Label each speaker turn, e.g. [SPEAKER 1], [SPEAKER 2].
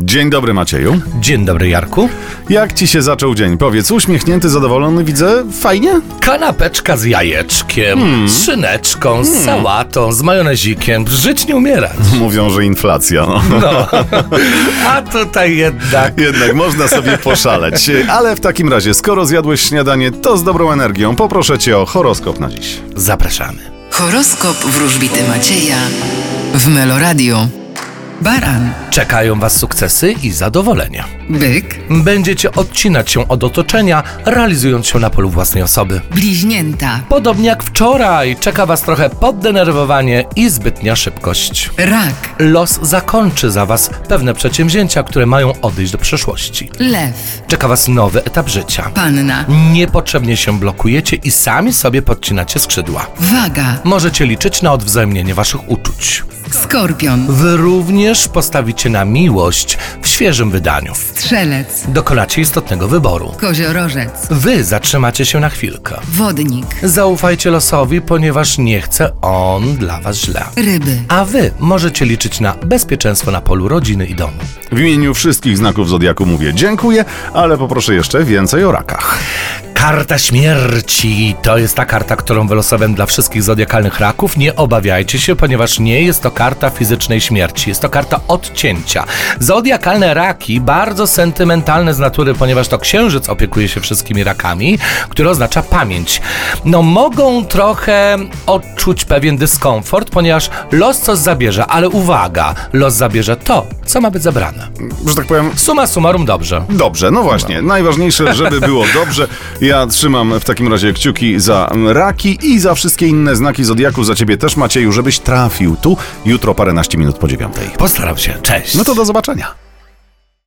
[SPEAKER 1] Dzień dobry Macieju.
[SPEAKER 2] Dzień dobry, Jarku.
[SPEAKER 1] Jak ci się zaczął dzień? Powiedz, uśmiechnięty, zadowolony, widzę, fajnie?
[SPEAKER 2] Kanapeczka z jajeczkiem, z szyneczką, z sałatą, z majonezikiem. Żyć nie umierać.
[SPEAKER 1] Mówią, że inflacja. No.
[SPEAKER 2] No, a tutaj jednak.
[SPEAKER 1] Jednak można sobie poszaleć. Ale w takim razie, skoro zjadłeś śniadanie, to z dobrą energią poproszę cię o horoskop na dziś.
[SPEAKER 2] Zapraszamy.
[SPEAKER 3] Horoskop wróżbity Macieja w Meloradio. Baran,
[SPEAKER 2] Czekają Was sukcesy i zadowolenia.
[SPEAKER 3] byk,
[SPEAKER 2] Będziecie odcinać się od otoczenia, realizując się na polu własnej osoby.
[SPEAKER 3] bliźnięta,
[SPEAKER 2] Podobnie jak wczoraj, czeka Was trochę poddenerwowanie i zbytnia szybkość.
[SPEAKER 3] rak,
[SPEAKER 2] Los zakończy za Was pewne przedsięwzięcia, które mają odejść do przyszłości.
[SPEAKER 3] lew,
[SPEAKER 2] Czeka Was nowy etap życia.
[SPEAKER 3] panna,
[SPEAKER 2] Niepotrzebnie się blokujecie i sami sobie podcinacie skrzydła.
[SPEAKER 3] waga,
[SPEAKER 2] Możecie liczyć na odwzajemnienie waszych uczuć.
[SPEAKER 3] skorpion,
[SPEAKER 2] Wy również postawicie na miłość w świeżym wydaniu.
[SPEAKER 3] strzelec,
[SPEAKER 2] Dokonacie istotnego wyboru.
[SPEAKER 3] koziorożec,
[SPEAKER 2] Wy zatrzymacie się na chwilkę.
[SPEAKER 3] wodnik,
[SPEAKER 2] Zaufajcie losowi, ponieważ nie chce on dla was źle.
[SPEAKER 3] ryby.
[SPEAKER 2] A wy możecie liczyć na bezpieczeństwo na polu rodziny i domu.
[SPEAKER 1] W imieniu wszystkich znaków Zodiaku mówię dziękuję, ale poproszę jeszcze więcej o rakach.
[SPEAKER 2] Karta śmierci to jest ta karta, którą wylosowałem dla wszystkich zodiakalnych raków. Nie obawiajcie się, ponieważ nie jest to karta fizycznej śmierci, jest to karta odcięcia. Zodiakalne raki bardzo sentymentalne z natury, ponieważ to księżyc opiekuje się wszystkimi rakami, który oznacza pamięć. No mogą trochę odczuć pewien dyskomfort, ponieważ los coś zabierze, ale uwaga, los zabierze to, co ma być zabrane.
[SPEAKER 1] Że tak powiem,
[SPEAKER 2] Suma summarum dobrze.
[SPEAKER 1] Dobrze, no właśnie. Najważniejsze, żeby było dobrze. Ja trzymam w takim razie kciuki za raki i za wszystkie inne znaki Zodiaku. Za ciebie też, Macieju, żebyś trafił tu jutro paręnaście minut po dziewiątej.
[SPEAKER 2] Postaram się, cześć.
[SPEAKER 1] No to do zobaczenia.